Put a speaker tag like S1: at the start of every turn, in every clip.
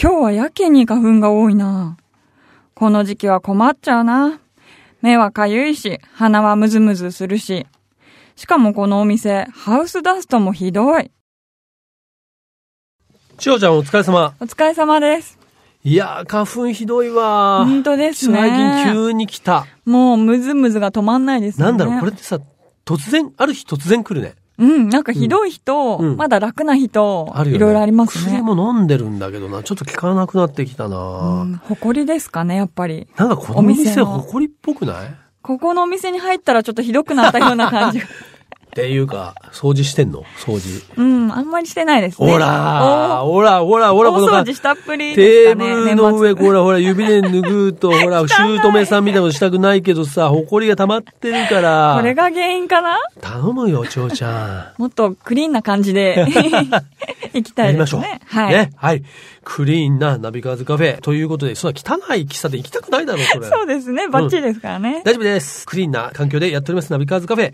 S1: 今日はやけに花粉が多いな。この時期は困っちゃうな。目はかゆいし、鼻はムズムズするし。しかもこのお店、ハウスダストもひどい。
S2: 千代ちゃんお疲れ様。
S1: お疲れ様です。
S2: いやー、花粉ひどいわー。
S1: 本当ですね
S2: 最近急に来た。
S1: もうムズムズが止まんないですね。
S2: なんだろう、これってさ、突然、ある日突然来るね。
S1: うん、なんかひどい日と、
S2: うん
S1: まだ楽な日と、
S2: あるよね。
S1: いろいろありますね
S2: 薬。も飲んでるんだけどな、ちょっと効かなくなってきたなー、
S1: うん、誇りですかね、やっぱり。
S2: なんかこ
S1: お
S2: の
S1: 店の
S2: 店、誇りっぽくない
S1: ここのお店に入ったらちょっとひどくなったような感じ が。
S2: っていうか、掃除してんの掃除。
S1: うん、あんまりしてないですね。
S2: ほらー、
S1: お
S2: ほら、ほら、ほら、
S1: 大
S2: この
S1: 掃
S2: 感
S1: 除
S2: じ。
S1: したっぷりでし
S2: テ
S1: た
S2: ーブ
S1: ね、
S2: ルの上、
S1: 年末
S2: ほら、ほら、指で拭う と、ほら、姑さんみたいなことしたくないけどさ、埃が溜まってるから。
S1: これが原因かな
S2: 頼むよ、千代ちゃん。
S1: もっとクリーンな感じ で行きた
S2: や
S1: い
S2: り
S1: で
S2: まし
S1: す
S2: ょう。
S1: ね。はい。
S2: ね。はい。クリーンなナビカーズカフェ。ということで、そんな汚い喫茶店行きたくないだろう、それ。
S1: そうですね、バッチリですからね。
S2: 大丈夫です。クリーンな環境でやっております、ナビカーズカフェ。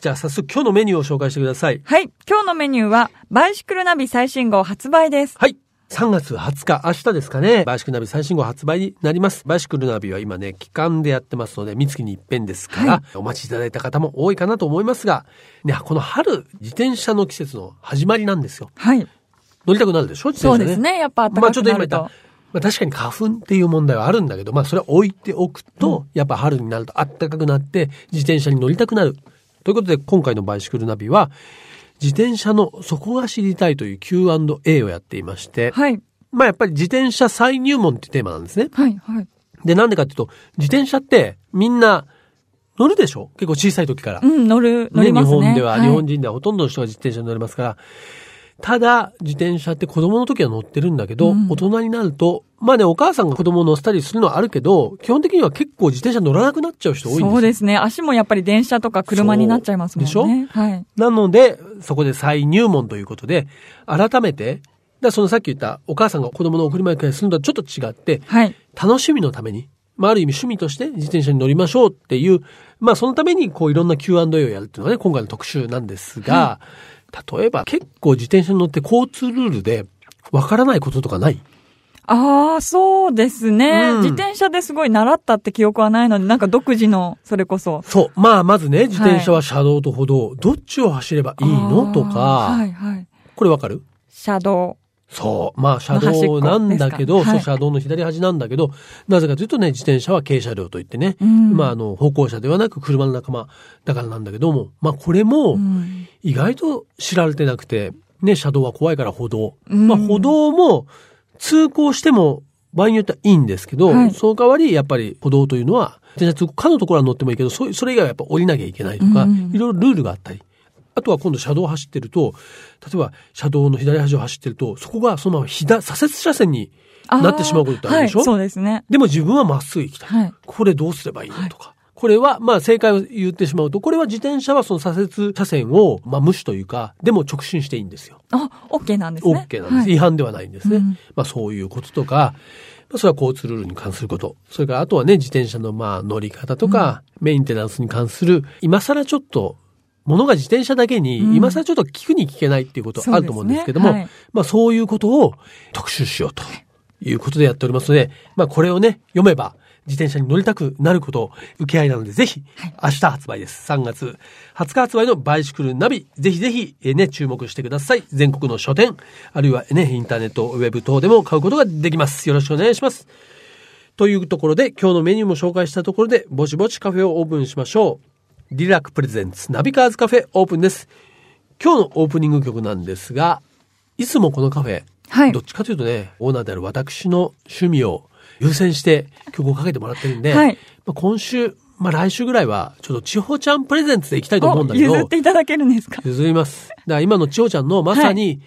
S2: じゃあ、早速今日のメニューを紹介してください。
S1: はい、今日のメニューは、バイシクルナビ最新号発売です。
S2: はい。3月20日、明日ですかね、バイシクルナビ最新号発売になります。バイシクルナビは今ね、期間でやってますので、三月に一遍ですから、
S1: はい
S2: お待ちいただいた方も多いかなと思いますが、ね、この春、自転車の季節の始まりなんですよ。
S1: はい。
S2: 乗りたくなるでしょ自
S1: そ
S2: 転車
S1: うですね、やっぱ暖
S2: まあ
S1: か
S2: ちょ
S1: く
S2: っと
S1: なる
S2: 今言った。
S1: と
S2: ま。あ確かに花粉っていう問題はあるんだけど、まあそれは置いておくと、やっぱ春になると暖かくなって自転車に乗りたくなる。ということで今回のバイシクルナビは、自転車の底が知りたいという Q&A をやっていまして、
S1: はい。
S2: まあやっぱり自転車再入門ってテーマなんですね。
S1: はい、はい。
S2: で、なんでかっていうと、自転車ってみんな乗るでしょ結構小さい時から
S1: う。ん、乗る、乗りますね。
S2: 日本では、
S1: い
S2: 日本人ではほとんどの人が自転車に乗りますから、ただ、自転車って子供の時は乗ってるんだけど、
S1: うん
S2: 大人になると、まあね、お母さんが子供を乗せたりするのはあるけど、基本的には結構自転車乗らなくなっちゃう人多いんですよ。
S1: そうですね。足もやっぱり電車とか車になっちゃいますもんね。
S2: そうでし
S1: はい。
S2: なので、そこで再入門ということで、改めて、だからそのさっき言ったお母さんが子供の送り迎えするのとはちょっと違って、
S1: はい。
S2: 楽しみのために、まあ、ある意味趣味として自転車に乗りましょうっていう、まあ、そのために、こう、いろんな Q&A をやるっていうのがね、今回の特集なんですが、例えば、結構自転車に乗って交通ルールで、わからないこととかない
S1: ああ、そうですね、
S2: うん
S1: 自転車ですごい習ったって記憶はないので、なんか独自の、それこそ。
S2: そう。まあ、まずね、自転車は車道と歩道、どっちを走ればいいのとか、
S1: あーはいはい。
S2: これわかる
S1: 車道。
S2: そう。まあ、車道なんだけ
S1: の
S2: ど、
S1: 端っこで
S2: そう、
S1: すか
S2: 車道の左端なんだけど、なぜかというとね、自転車は軽車両といってね、
S1: うん
S2: まあ、あの、歩行者ではなく車の仲間だからなんだけども、まあ、これも、
S1: うん。
S2: 意外と知られてなくて、ね、車道は怖いから歩道。
S1: うん
S2: まあ歩道も通行しても場合によってはいいんですけど、
S1: はい
S2: その代わりやっぱり歩道というのは、電車通行可のところは乗ってもいいけど、そそれ以外はやっぱ降りなきゃいけないとか、
S1: うん
S2: いろいろルールがあったり。あとは今度車道を走ってると、例えば車道の左端を走ってると、そこがそのまま左、左折車線に
S1: あー
S2: なってしまうことってあるでしょ、
S1: はい、そうですね。
S2: でも自分はまっすぐ行きたい。
S1: はい。
S2: これどうすればいいのとか。これは、まあ正解を言ってしまうと、これは自転車はその左折車線を、まあ無視というか、でも直進していいんですよ。
S1: あ、オッケーなんですね。
S2: OK なんで
S1: は
S2: す。
S1: い
S2: 違反ではないんですね。
S1: うん
S2: まあそういうこととか、まあそれは交通ルールに関すること。それからあとはね、自転車のまあ乗り方とか、メンテナンスに関する、今更ちょっと、ものが自転車だけに、
S1: うん
S2: 今更ちょっと聞くに聞けないっていうことあると思うんですけども、
S1: そうですねはい
S2: まあそういうことを特集しようということでやっておりますので、まあこれをね、読めば自転車に乗りたくなることを受け合いなので、ぜひ明日発売です。3月20日発売のバイシクルナビ、ぜひぜひえーね、注目してください。全国の書店、あるいはね、インターネット、ウェブ等でも買うことができます。よろしくお願いします。というところで今日のメニューも紹介したところでぼちぼちカフェをオープンしましょうリラックプレゼンツナビカーズカフェオープンです今日のオープニング曲なんですがいつもこのカフェ、
S1: はい
S2: どっちかというとねオーナーである私の趣味を優先して曲をかけてもらってるんで、
S1: はい
S2: まあ、今週、まあ、来週ぐらいはちょっと千穂ちゃんプレゼンツでいきたいと思うん
S1: お、
S2: だけど
S1: 譲っていただけるんですか
S2: 譲ります。だから今の千代ちゃんのまさに、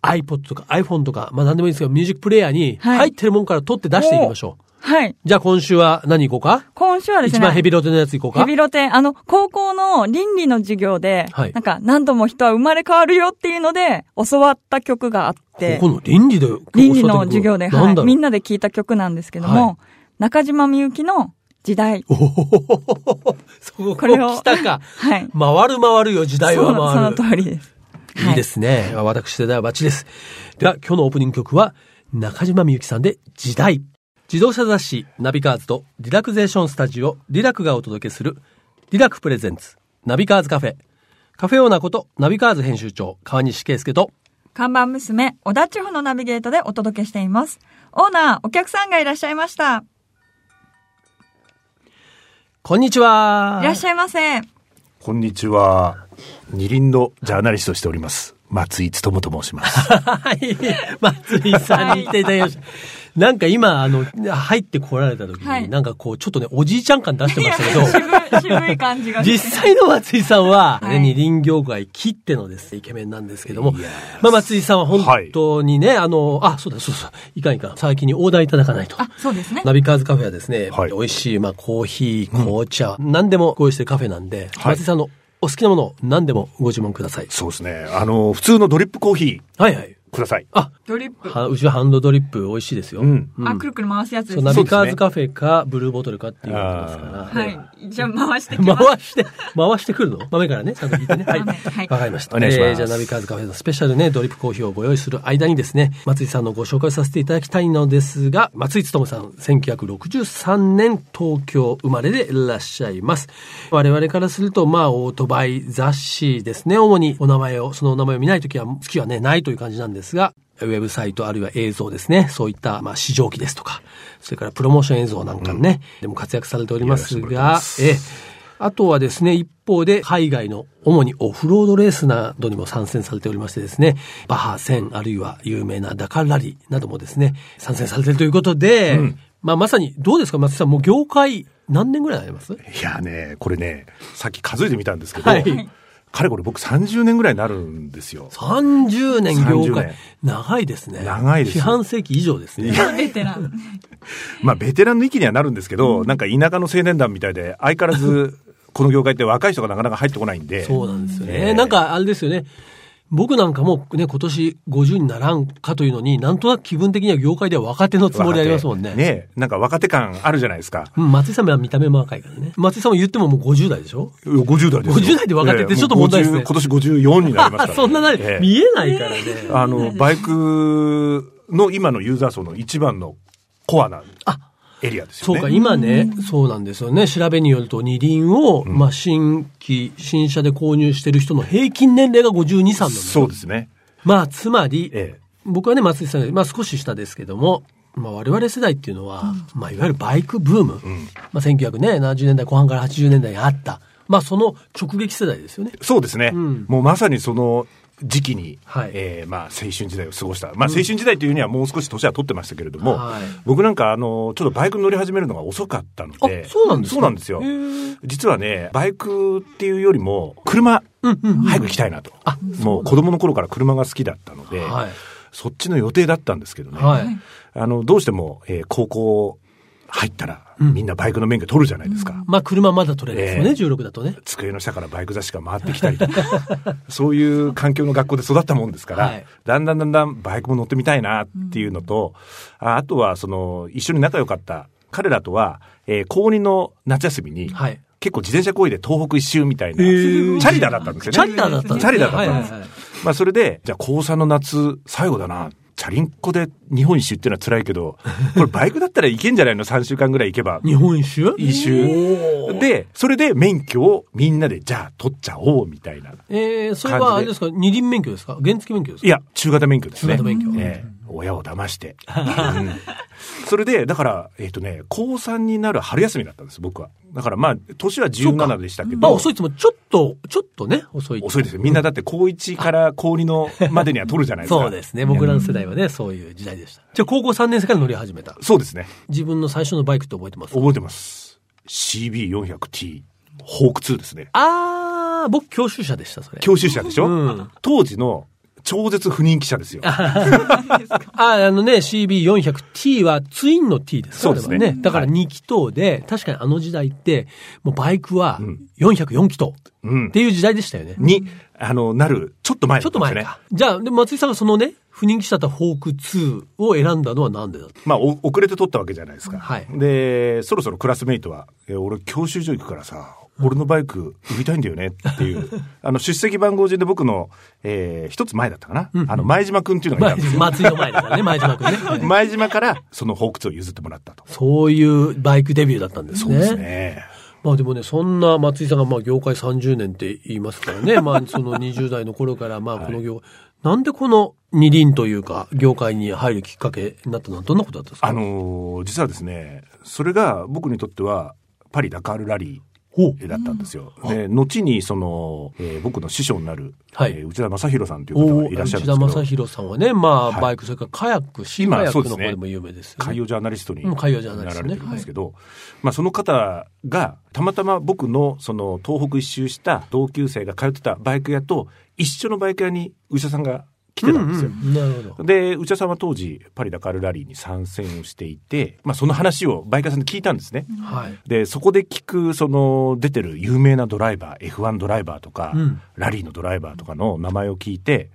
S2: iPod とか iPhone とか、まあ何でもいいんですけど、ミュージックプレイヤーに
S1: はい
S2: 入ってるもんから取って出していきましょう。
S1: はい。
S2: じゃあ今週は何行こうか
S1: 今週はですね。
S2: 一番ヘビロテのやつ行こう
S1: ヘ
S2: か
S1: ビロテ、あの、高校の倫理の授業で、
S2: はい
S1: なんか何度も人は生まれ変わるよっていうので、教わった曲があって、
S2: ここの倫理で教わってくる。
S1: 倫理の授業で、
S2: な
S1: は
S2: ん
S1: い、
S2: だろう
S1: みんなで聴いた曲なんですけども、
S2: はい
S1: 中島みゆきの時代。
S2: おほほほほほ そこ
S1: これを
S2: 来たか。
S1: はい。
S2: 回る回るよ、時代
S1: そ
S2: は
S1: のそ
S2: 回
S1: の
S2: る。
S1: 通りです。
S2: いいですね。私世代はバッチリです。では、今日のオープニング曲は、中島みゆきさんで時代。自動車雑誌ナビカーズとリラクゼーションスタジオリラクがお届けするリラクプレゼンツナビカーズカフェ。カフェオーナーことナビカーズ編集長川西圭介と
S1: 看板娘、小田地方のナビゲートでお届けしています。オーナー、お客さんがいらっしゃいました。
S2: こんにちはい
S1: らっしゃいませ。
S3: こんにちは。二輪のジャーナリストをしております。松井努と申します。
S2: はい。松井さんに来ていただきました。なんか今、あの、入ってこられた時に、
S1: はい
S2: なんかこう、ちょっとね、おじいちゃん感出し て
S1: い
S2: ま
S1: や、
S2: したけど、
S1: 渋い、渋い感じがして。
S2: 実際の松井さん
S1: は
S2: は、
S1: い
S2: ね、二輪業界切ってのですね、イケメンなんですけども
S3: いや、
S2: まあ松井さんは本当にね、あの、あ、そうだ、そうそう、いかんいかん、最近にオーダーいただかないと。
S1: あ、そうですね。
S2: ナビカーズカフェはですね、
S3: はい
S2: 美味しい、まあ、コーヒー、紅茶、何でもご用意してるカフェなんで、
S3: はい
S2: 松井さんのお好きなものを何でもご注文ください。
S3: そうですね。あの、普通のドリップコーヒ
S2: はいはい。
S3: ーください。
S2: あ、
S1: ドリップ。
S2: はうちはハンドドリップ美味しいですよ。
S3: うん。
S1: あ、くるくる回すやつ
S2: そう
S1: です
S2: ナ
S1: ね。
S2: ビカーズカフェか、ブルーボトルかっていうことですから。
S1: はい。じゃあ回してきます。
S2: 回して、回してくるの豆からね、ちゃんと聞 いてね。はい。
S1: 豆はい
S2: わかりました。
S3: お願いします
S2: えーじゃあ、ナビカーズカフェのスペシャルね、ドリップコーヒーをご用意する間にですね、松井さんのご紹介をさせていただきたいのですが、松井努さん、1963年東京生まれでいらっしゃいます。我々からすると、まあ、オートバイ雑誌ですね、主にお名前を、そのお名前を見ないときは、好きはね、ないという感じなんですが、ウェブサイトあるいは映像ですね。そういった、まあ、試乗機ですとか、それからプロモーション映像なんかもね、でも活躍されております
S3: やら
S2: が、
S3: せ
S2: ええ、あとはですね、一方で海外の主にオフロードレースなどにも参戦されておりましてですね、バハ1000あるいは有名なダカラリーなどもですね、参戦されているということで、まあまさにどうですか松井さん、もう業界何年ぐらいあります
S3: いやね、これね、さっき数えてみたんですけど、
S2: はい
S3: かれこれ僕30年ぐらいになるんですよ。
S2: ?30 年業
S3: 30
S2: 界
S3: 年。
S2: 長いですね。
S3: 長いです
S2: 四半世紀以上ですね。
S1: ベテラン。
S3: まあ、ベテランの域にはなるんですけど、なんか田舎の青年団みたいで、相変わらず、この業界って若い人がなかなか入ってこないんで、
S2: そうなんですよね。
S3: ええ
S2: なんかあれですよね。僕なんかもね、今年50にならんかというのに、なんとなく気分的には業界では若手のつもりありますもんね。
S3: 若手ねなんか若手感あるじゃないですか。
S2: うん松井さんは見た目も若いからね。松井さんも言ってももう50代でしょ
S3: 50代ですよ。
S2: 50代で若手って
S3: ええ
S2: ちょっと問題ですね。
S3: もう50今年54になりますから、ね
S2: そんなな、
S3: ええ
S2: 見えないからね。
S3: あの、バイクの今のユーザー層の一番のコアな
S2: あ
S3: エリアですよ
S2: そう
S3: ね。
S2: か、今ね、そうなんですよね。調べによると、二輪を、まあ、新規、新車で購入してる人の平均年齢が52、3なんですよ
S3: そうですね。
S2: まあ、つまり、
S3: ええ
S2: 僕はね、松井さんより、まあ、少し下ですけども、まあ、我々世代っていうのは、まあ、いわゆるバイクブーム。まあ、1970年代後半から80年代にあった。まあ、その直撃世代ですよね。
S3: そうですね。
S2: ん
S3: もうまさにその時期に、
S2: はい
S3: えーまあ、青春時代を過ごした。まあ、青春時代というにはもう少し年は取ってましたけれども、
S2: はい
S3: 僕なんか、あの、ちょっとバイク乗り始めるのが遅かったので、
S2: あそうなんですか
S3: そうなんですよ。実はね、バイクっていうよりも、車、早く行きたいなと。もう子供の頃から車が好きだったので、
S2: はい
S3: そっちの予定だったんですけどね。
S2: はい。
S3: あの、どうしても、えー高校入ったら、みんなバイクの免許取るじゃないですか。
S2: まあ、車まだ取れない
S3: ええ
S2: ですよね、16だとね。
S3: 机の下からバイク雑誌が回ってきたりとか、 そういう環境の学校で育ったもんですから、
S2: はい
S3: だんだんだんだんバイクも乗ってみたいなっていうのと、ああとは、その、一緒に仲良かった彼らとは、えー高2の夏休みに、
S2: はい。
S3: 結構自転車こいで東北一周みたいな、
S2: へー
S3: チャリダだったんですよね。
S2: チャリダーだったんですね
S3: チャリダーだったんです
S2: はいはいはい
S3: まあそれで、じゃあ高3の夏、最後だな。チャリンコで日本一周っていうのは辛いけど、これバイクだったらいけんじゃないの ?3 週間ぐらい行けば。
S2: 日本一周
S3: 一周。で、それで免許をみんなでじゃあ取っちゃおうみたいな。
S2: えー、それはあれですか、二輪免許ですか原付免許ですか
S3: いや、中型免許ですね。
S2: 中型免許
S3: ええ親を騙して。うんそれで、だから、えっ、とね、高3になる春休みだったんです、僕は。だからまあ、年は17でしたけど。
S2: まあ遅いっつっても、ちょっと、ちょっとね、遅い。
S3: 遅いですよ。みんなだって高1から高2のまでには取るじゃないですか。
S2: そうですね。僕らの世代はね、そういう時代でした。じゃあ高校3年生から乗り始めた。
S3: そうですね。
S2: 自分の最初のバイクって覚えてます
S3: 覚えてます。CB400T、ホーク2ですね。
S2: あー、僕教習車でした、それ。
S3: 教習車でしょ、
S2: うん
S3: 当時の超絶不人気車です よ。
S2: あー、あのね、CB400T はツインの T ですか
S3: そうですね
S2: あれはだから2気筒で、確かにあの時代って、もうバイクは404気筒
S3: うん
S2: っていう時代でしたよね。
S3: に、あの、なる、ちょっと前
S2: ちょ
S3: だ
S2: ったと
S3: んで
S2: 前
S3: すね。
S2: か。じゃあ、で松井さんがそのね、不人気車とフォーク2を選んだのはなんでだった
S3: まあ、お遅れて取ったわけじゃないですか。
S2: はい
S3: で、そろそろクラスメイトは、え俺教習所行くからさ、俺のバイク売りたいんだよねっ ていう、あの、出席番号順で僕の、えー一つ前だったかな。あの、前島くんっていうのが
S2: まあ
S3: いたんです、よ。
S2: 松井の前だからね、前島君ね。
S3: 前島からそのホークツを譲ってもらったと。
S2: そういうバイクデビューだったんですね。
S3: ね
S2: まあでもね、そんな松井さんがまあ業界30年って言いますから ね、まあその20代の頃からまあこの業、なんでこの二輪というか業界に入るきっかけになったのはどんなことだったんですか
S3: あのー実はですね、それが僕にとってはパリ・ダカールラリ
S2: ほう
S3: ーだったんですよ。で、後にその、えー僕の師匠になる、
S2: はい
S3: えー内田正宏さんという方
S2: お
S3: がいらっしゃる
S2: 内田
S3: んですけ
S2: 正
S3: ど、
S2: 宏さんはね、まあ、
S3: はい
S2: バイク、それからカヤック、シー
S3: 今
S2: カヤッ
S3: そう
S2: クの
S3: です
S2: 方
S3: ね
S2: でも有名ですよ、
S3: 海
S2: ね。
S3: 洋ジャーナリストに
S2: う
S3: なん
S2: 海洋ジャーナリスト
S3: ら
S2: ね
S3: れてるんですけど、まあその方が、たまたま僕のその東北一周した同級生が通ってたバイク屋と一緒のバイク屋に内田さんが来てたんですよ。
S2: なるほど。
S3: で、内田さんは当時、パリ・ダカールラリーに参戦をしていて、まあ、その話をバイカーさんに聞いたんですね。
S2: はい。
S3: で、そこで聞く、その、出てる有名なドライバー、F1 ドライバーとか、
S2: うん
S3: ラリーのドライバーとかの名前を聞いて、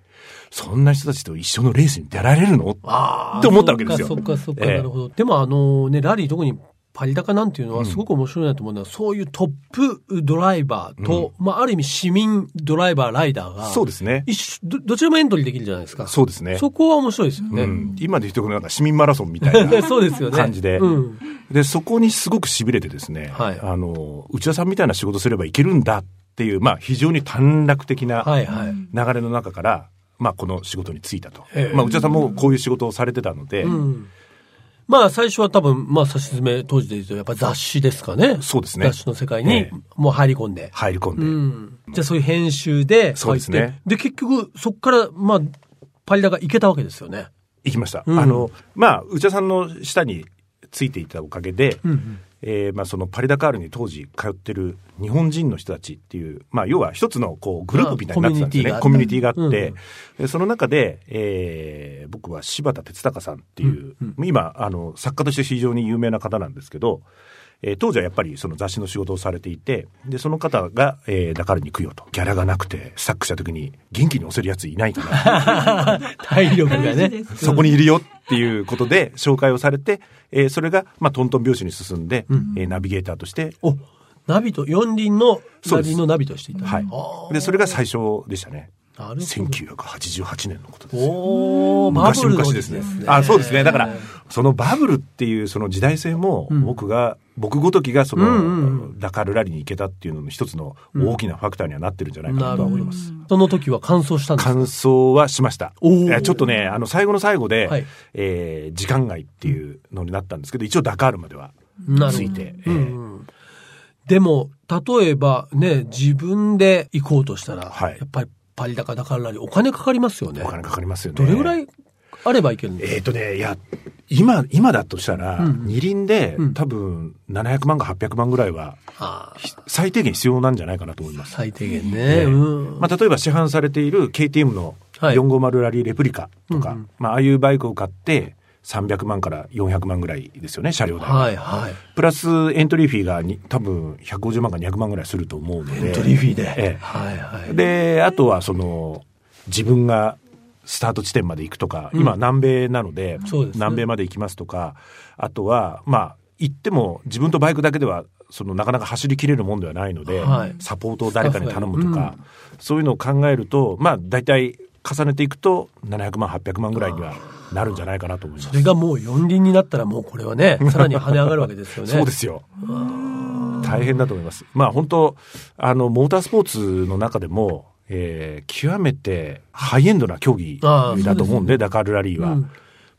S3: そんな人たちと一緒のレースに出られるの
S2: あー
S3: って思ったわけですよ
S2: そっかそっか、
S3: ええ
S2: なるほど。でもあのね、ラリー特にパリ高なんていうの
S3: う
S2: は
S3: ん
S2: すごく面白いなと思うのは、そういうトップドライバーと、まあある意味市民ドライバー、ライダーが、
S3: そうですね。
S2: 一緒ど、どちらもエントリーできるじゃないですか。
S3: そうですね。
S2: そこは面白いですよね。
S3: うん、今で言うとこのなんか市民マラソンみたい
S2: ね
S3: な。
S2: そうですよね。
S3: 感じで
S2: うん。
S3: で、そこにすごく痺れてですね、
S2: はい
S3: あの、内田さんみたいな仕事すればいけるんだっていう、まあ、非常に短絡的な、
S2: はいはい。
S3: 流れの中から、まあ、この仕事に就いたと。
S2: ええ
S3: まあ、内田さんもこういう仕事をされてたので、
S2: うんまあ最初は多分、まあ差し詰め当時で言うとやっぱ雑誌ですかね。
S3: そうですね
S2: 雑誌の世界に
S3: ええ
S2: もう入り込んで。
S3: 入り込んで。
S2: うん。じゃあそういう編集で
S3: そうですね
S2: 入ってで、結局そこから、まあ、パリ高行けたわけです よね。
S3: 行きました。
S2: うん
S3: あの、まあ、内田さんの下についていたおかげで、
S2: ん
S3: えーまあ、そのパリダカールに当時通ってる日本人の人たちっていう、まあ、要は一つのこうグループみたいになってたんですよ
S2: まあ
S3: ね。
S2: コ
S3: コ
S2: ミ
S3: ミ
S2: ュ
S3: ュ
S2: ニテ
S3: ニテ
S2: ィが
S3: ィが
S2: あ
S3: あ
S2: っ
S3: ってて、でその中で、えー僕は柴田哲孝さんっていう、今、あの、作家として非常に有名な方なんですけど、えー当時はやっぱりその雑誌の仕事をされていて、で、その方が、えーダカールに行くよと。ギャラがなくて、スタックした時に元気に押せるやついないかな。
S2: 体力が
S1: 大事
S2: ね
S1: で。す
S3: そこにいるよっていうことで紹介をされて、えーそれが、まあ、トントン拍子に進んで、えーナビゲーターとして、
S2: お、ナビと、四輪の、
S3: そ
S2: ナ
S3: うです
S2: ビのナビとしていた。
S3: は
S2: あ
S3: い。
S2: ー
S3: で、それが最初でしたね。
S2: なるほど
S3: 1988年のことですよ。
S2: おー、バ
S3: 昔
S2: ブルの
S3: 昔
S2: 時
S3: で
S2: ですす
S3: ね
S2: ね。。
S3: あ、そうですね。だから、そのバブルっていうその時代性も、僕が、僕ごときがその、
S2: うんうん
S3: ダカールラリーに行けたっていうのの一つの大きなファクターにはなってるんじゃないかなとは思います。
S2: その時は完走したんですか
S3: 感想はしました。
S2: おー
S3: えーちょっとね、あの、最後の最後で、
S2: はい
S3: えー時間外っていうのになったんですけど、一応ダカールまでは
S2: なるほ
S3: つ
S2: ど
S3: いて、
S2: う
S3: え
S2: ん
S3: ー
S2: うんでも、例えばね、自分で行こうとしたら、
S3: はい
S2: やっぱりパリ高だからなりお金かかりますよね。
S3: お金かかりますよね。
S2: どれぐらいあればいけるんです
S3: えっ、とね、いや、今、今だとしたら、
S2: うん
S3: 二輪で、
S2: うん
S3: 多分、700万か800万ぐらいは、
S2: か、あー
S3: ひ最低限必要なんじゃないかなと思います。
S2: 最低限ね。
S3: ええ
S2: うん
S3: まあ、例えば市販されている KTM の
S2: はい
S3: 450ラリーレプリカとか、
S2: うんうん
S3: まあ、ああいうバイクを買って、300万から400万ぐらいですよね、車両代。
S2: はいはい。
S3: プラスエントリーフィーがに多分150万か200万ぐらいすると思うので。
S2: エントリーフィーで。
S3: え
S2: はいはい。
S3: えで、あとはその、自分がスタート地点まで行くとか、今南米なので、
S2: そうですね
S3: 南米まで行きますとか、あとは、まあ、行っても自分とバイクだけでは、そのなかなか走りきれるもんではないので、
S2: はい
S3: サポートを誰かに頼むとか、そういうのを考えると、まあ、大体重ねていくと、700万、800万ぐらいにはなるんじゃないかなと思います。
S2: それがもう四輪になったらもうこれは ね、さらに跳ね上がるわけですよね。
S3: そうですよ。大変だと思います。まあ本当、あの、モータースポーツの中でも、えー極めてハイエンドな競技
S2: あー
S3: だと思うんで、ダカールラリー
S2: う
S3: は。
S2: ん。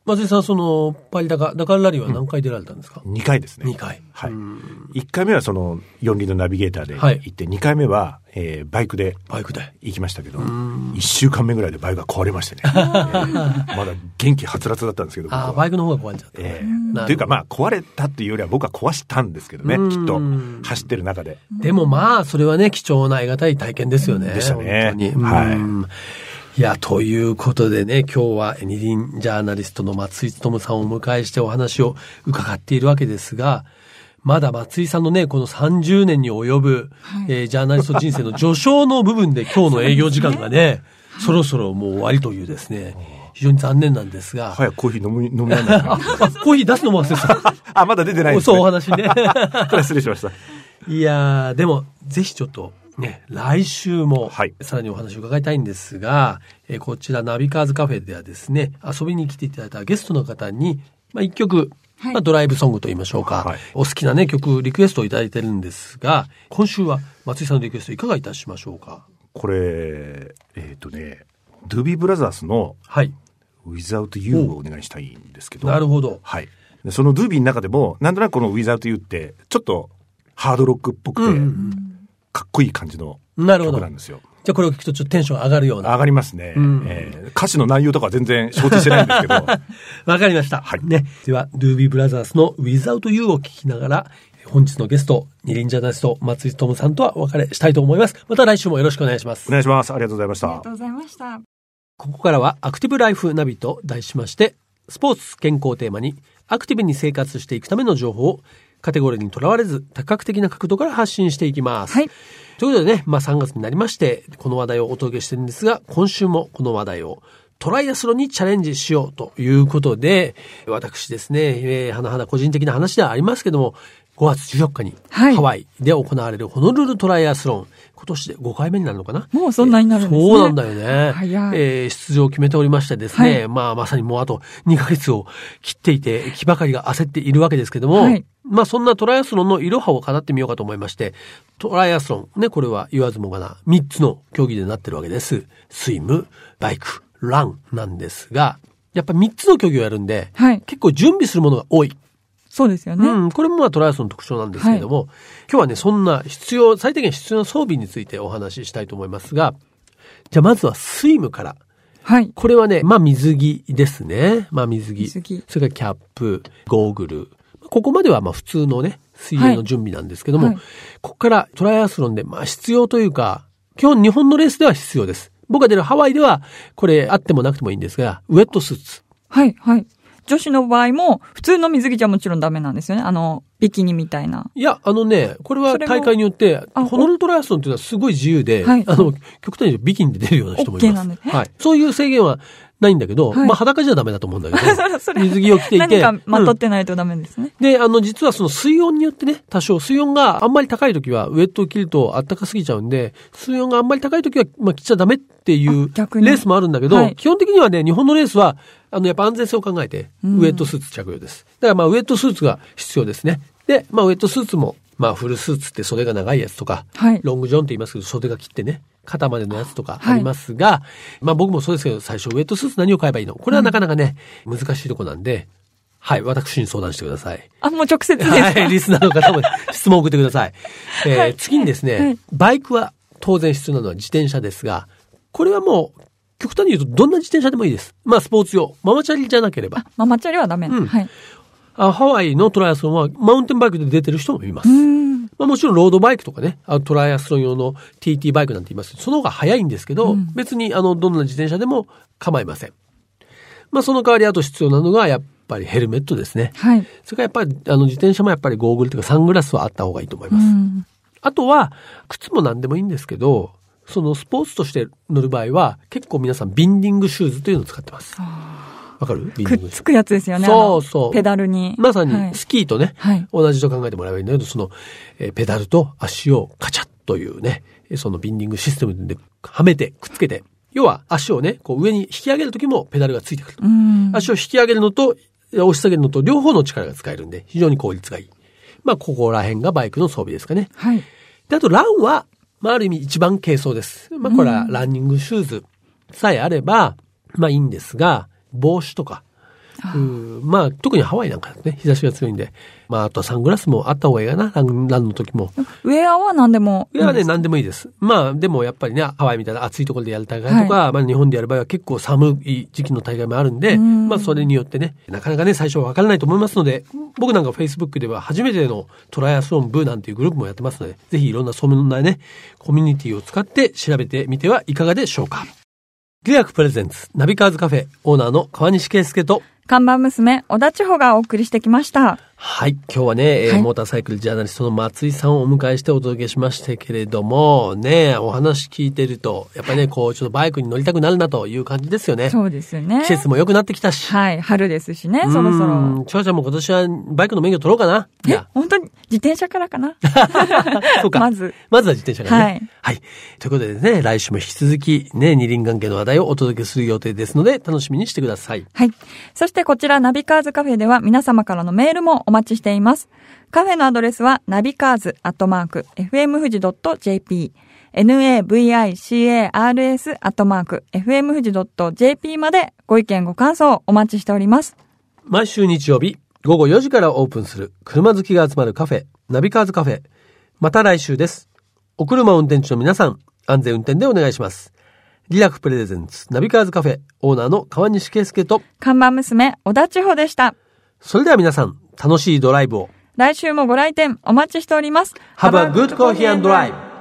S2: 松井さん、その、パリ高、ダカルラリーは何回出られたんですか、
S3: 2回ですね。
S2: 二回
S3: はい。
S2: うん
S3: 1回目はその4輪のナビゲーターで
S2: はい
S3: 行って、2回目は、えーバイクで
S2: バイクで。
S3: 行きましたけど、1週間目ぐらいでバイクが壊れ ましてね。えーまだ元気はつらつだったんですけど、僕
S2: ああ、
S3: は
S2: バイクの方が壊れちゃった。
S3: ええ
S2: なるほど
S3: というかまあ壊れたっていうよりは僕は壊したんですけどね、
S2: うん
S3: きっと走ってる中で。
S2: でもまあ、それはね、貴重な、得難い体験ですよね。
S3: でしたね
S2: 本当に。
S3: は
S2: い。
S3: い
S2: いや、ということでね、今日は二輪ジャーナリストの松井勤さんをお迎えしてお話を伺っているわけですが、まだ松井さんのね、この30年に及ぶ、えージャーナリスト人生の序章の部分で今日の営業時間がね、そろそろもう終わりというですね、非常に残念なんですが、
S3: 早くコーヒー飲み、飲みながら。
S2: あ コーヒー出すのも忘れてた。
S3: あ、まだ出てないです、
S2: そう、お
S3: ね。
S2: 話ね。
S3: そう、失礼しました。
S2: いやー、でも、ぜひちょっと、ね、来週も
S3: はい、
S2: さらにお話を伺いたいんですが、えーこちら、ナビカーズカフェではですね、遊びに来ていただいたゲストの方に、まあ、一曲、
S1: はい
S2: まあ、ドライブソングと言いましょうか、
S3: はい
S2: お好きなね、曲、リクエストをいただいてるんですが、今週は、松井さんのリクエストいかがいたしましょうか
S3: これ、えっ、とね、ドゥビーブラザーズの
S2: はい。
S3: Without You をお願いしたいんですけど。
S2: なるほど。
S3: はい。でそのドゥービーの中でも、なんとなくこの Without You って、ちょっとハードロックっぽ
S2: うん
S3: くて、
S2: うん
S3: かっこいい感じの
S2: うん。なるほど。
S3: 曲な
S2: じ
S3: んですよ。
S2: ゃあ、これを聞くとちょっとテンション上がるような。
S3: 上がりますね、
S2: うん
S3: えー歌詞の内容とかは全然承知してないんです けど、
S2: わかりました。
S3: はい
S2: ね。では、ドゥービーブラザーズの Without You を聞きながら、本日のゲスト、二輪ジャーナリスト、松井智さんとはお別れしたいと思います。また来週もよろしくお願いします
S3: お。願いします。ありがとうございまし
S1: ありが
S3: た
S1: とう。ございました。
S2: ここからはアクティブライフナビと題しまして、スポーツ、健康をテーマに、アクティブに生活していくための情報を、カテゴリーにとらわれず、多角的な角度から発信していきます。
S1: はい。
S2: ということでね、まあ3月になりまして、この話題をお届けしてるんですが、今週もこの話題をトライアスロンにチャレンジしようということで、私ですね、えー、はなはな個人的な話ではありますけども、5月14日に
S1: はい
S2: ハワイで行われるホノルルトライアスロン、今年で5回目になるのかな
S1: もうそんなになるんですね
S2: そうなんだよね。
S1: 早い
S2: えー出場を決めておりましてですね、
S1: はい
S2: まあまさにもうあと2ヶ月を切っていて、気ばかりが焦っているわけですけども、
S1: はい
S2: まあそんなトライアスロンのいろはを語ってみようかと思いまして、トライアスロン、ね、これは言わずもがな、3つの競技でなってるわけです。スイム、バイク、ランなんですが、やっぱ3つの競技をやるんで、
S1: はい
S2: 結構準備するものが多い。
S1: そうですよね。
S2: うん、これもまあトライアスロンの特徴なんですけれども、今日はね、そんな必要、最低限必要な装備についてお話ししたいと思いますが、じゃあまずはスイムから。
S1: はい。
S2: これはね、まあ水着ですね。まあ水着。
S1: 水着
S2: それからキャップ、ゴーグル。ここまではまあ普通のね、水泳の準備なんですけども、
S1: はいはい
S2: ここからトライアスロンでまあ必要というか、基本日本のレースでは必要です。僕が出るハワイでは、これあってもなくてもいいんですが、ウェットスーツ。
S1: はい、はい。女子の場合も、普通の水着じゃもちろんダメなんですよね。あの、ビキニみたいな。
S2: いや、あのね、これは
S1: それも
S2: 大会によって、
S1: あ
S2: ホノルルトライアスロンっていうのはすごい自由で、
S1: はい
S2: あの、極端にビキニで出るような人もい
S1: OK
S2: ま
S1: な
S2: す。
S1: んですね
S2: はい。そういう制限はないんだけど、
S1: はい
S2: まあ裸じゃダメだと思うんだ け
S1: それ
S2: ど、
S1: それ
S2: 水着を着ていて、
S1: 何かま
S2: うん
S1: とってないとダメですね。
S2: で、あの、実はその水温によってね、多少水温があんまり高い時は、ウェットを着ると暖かすぎちゃうんで、水温があんまり高い時は、まあ、着ちゃダメっていう
S1: あ逆に
S2: レースもあるんだけど、
S1: はい
S2: 基本的にはね、日本のレースは、あの、やっぱ安全性を考えて、
S1: うん
S2: ウェットスーツ着用です。だからまあ、ウェットスーツが必要ですね。で、まあ、ウェットスーツも、まあ、フルスーツって袖が長いやつとか、
S1: はい
S2: ロングジョンって言いますけど、袖が切ってね、肩までのやつとか
S1: はい
S2: ありますが、まあ僕もそうですけど、最初ウェットスーツ何を買えばいいのこれはなかなかね、難しいとこなんで、はい、私に相談してくだ さい。
S1: あ、もう直接ですか。
S2: はい、リスナーの方も 質問を送ってください。えー
S1: はい
S2: 次にですね、
S1: はい
S2: バイクは当然必要なのは自転車ですが、これはもう、極端に言うとどんな自転車でもいいです。まあスポーツ用。ママチャリじゃなければ
S1: あ。、ママチャリはダメ。
S2: うん
S1: はい。
S2: あハワイのトライアスロンはマウンテンバイクで出てる人もいます
S1: う。ん。
S2: まあもちろんロードバイクとかね、あのトライアスロン用の TT バイクなんて言いますけどその方が早いんですけど、
S1: うん
S2: 別にあの、どんな自転車でも構いません。まあその代わりあと必要なのがやっぱりヘルメットですね。
S1: はい。
S2: それからやっぱりあの自転車もやっぱりゴーグルとかサングラスはあった方がいいと思いうます。
S1: ん。
S2: あとは靴も何でもいいんですけど、そのスポーツとして乗る場合は結構皆さんビンディングシューズというのを使ってます。わかるビン
S1: く
S2: ディ
S1: っ
S2: ングシュー
S1: つ
S2: ズ。
S1: くやつですよね。
S2: そうそう
S1: あのペダルに。
S2: まさ
S1: はい
S2: にスキーとね、
S1: はい
S2: 同じと考えてもらえばいいんだけど、その、えーペダルと足をカチャッというね、えーそのビンディングシステムではめて、くっつけて、要は足をね、こう上に引き上げる時もペダルがついてくる。
S1: うん。
S2: 足を引き上げるのと、え押し下げるのと両方の力が使えるんで、非常に効率がいい。まあ、ここら辺がバイクの装備ですかね。
S1: はい。
S2: で、あと、ランは、まあ、ある意味一番軽装です。まあ、これはランニングシューズさえあれば、まあ、いいんですが、帽子とか、うーまあ、特にハワイなんかね、日差しが強いんで、まあ、あとはサングラスもあった方がいいかな、ランランの時も。
S1: ウェアは何でもい
S2: い
S1: いんです。
S2: やね、何でもいいです。まあ、でもやっぱりね、ハワイみたいな暑いところでやる大会とか、まあ日本でやる場合は結構寒い時期の大会もあるんで、
S1: うん
S2: まあそれによってね、なかなかね、最初はわからないと思いますので、僕なんか Facebook では初めてのトライアスロンブーなんていうグループもやってますので、ぜひいろんなそんなね、コミュニティを使って調べてみてはいかがでしょうか。リアクプレゼンツ、ナビカーズカフェ、オーナーの川西圭介と、
S1: 看板娘、小田千穂がお送りしてきました。
S2: はい。今日はね、えー
S1: はい
S2: モーターサイクルジャーナリストの松井さんをお迎えしてお届けしましたけれども、ね、お話聞いてると、やっぱりね、こう、ちょっとバイクに乗りたくなるなという感じですよね。
S1: そうですよね。
S2: 季節も良くなってきたし。
S1: はい、春ですしね、そろそろ。
S2: ろ。ちょうちゃんも今年はバイクの免許取ろうかな。い
S1: え
S2: や、
S1: 本当に自転車からかな
S2: そうか。
S1: まず。
S2: まずは自転車からね。
S1: はい
S2: はい。ということでね、来週も引き続き、ね、二輪関係の話題をお届けする予定ですので、楽しみにしてください。
S1: はい。そしてこちらナビカーズカフェでは皆様からのメールもお待ちしています。カフェのアドレスはナビカーズアットマーク FMFUJI.jp navicars アットマーク FMFUJI.jp までご意見ご感想お待ちしております。
S2: 毎週日曜日午後4時からオープンする車好きが集まるカフェナビカーズカフェまた来週ですお車運転中の皆さん安全運転でお願いしますリラクプレゼンツナビカーズカフェオーナーの川西圭介と
S1: 看板娘、小田千穂でした。
S2: それでは皆さん楽しいドライブを
S1: 来週もご来店お待ちしております。
S2: Have a good coffee and drive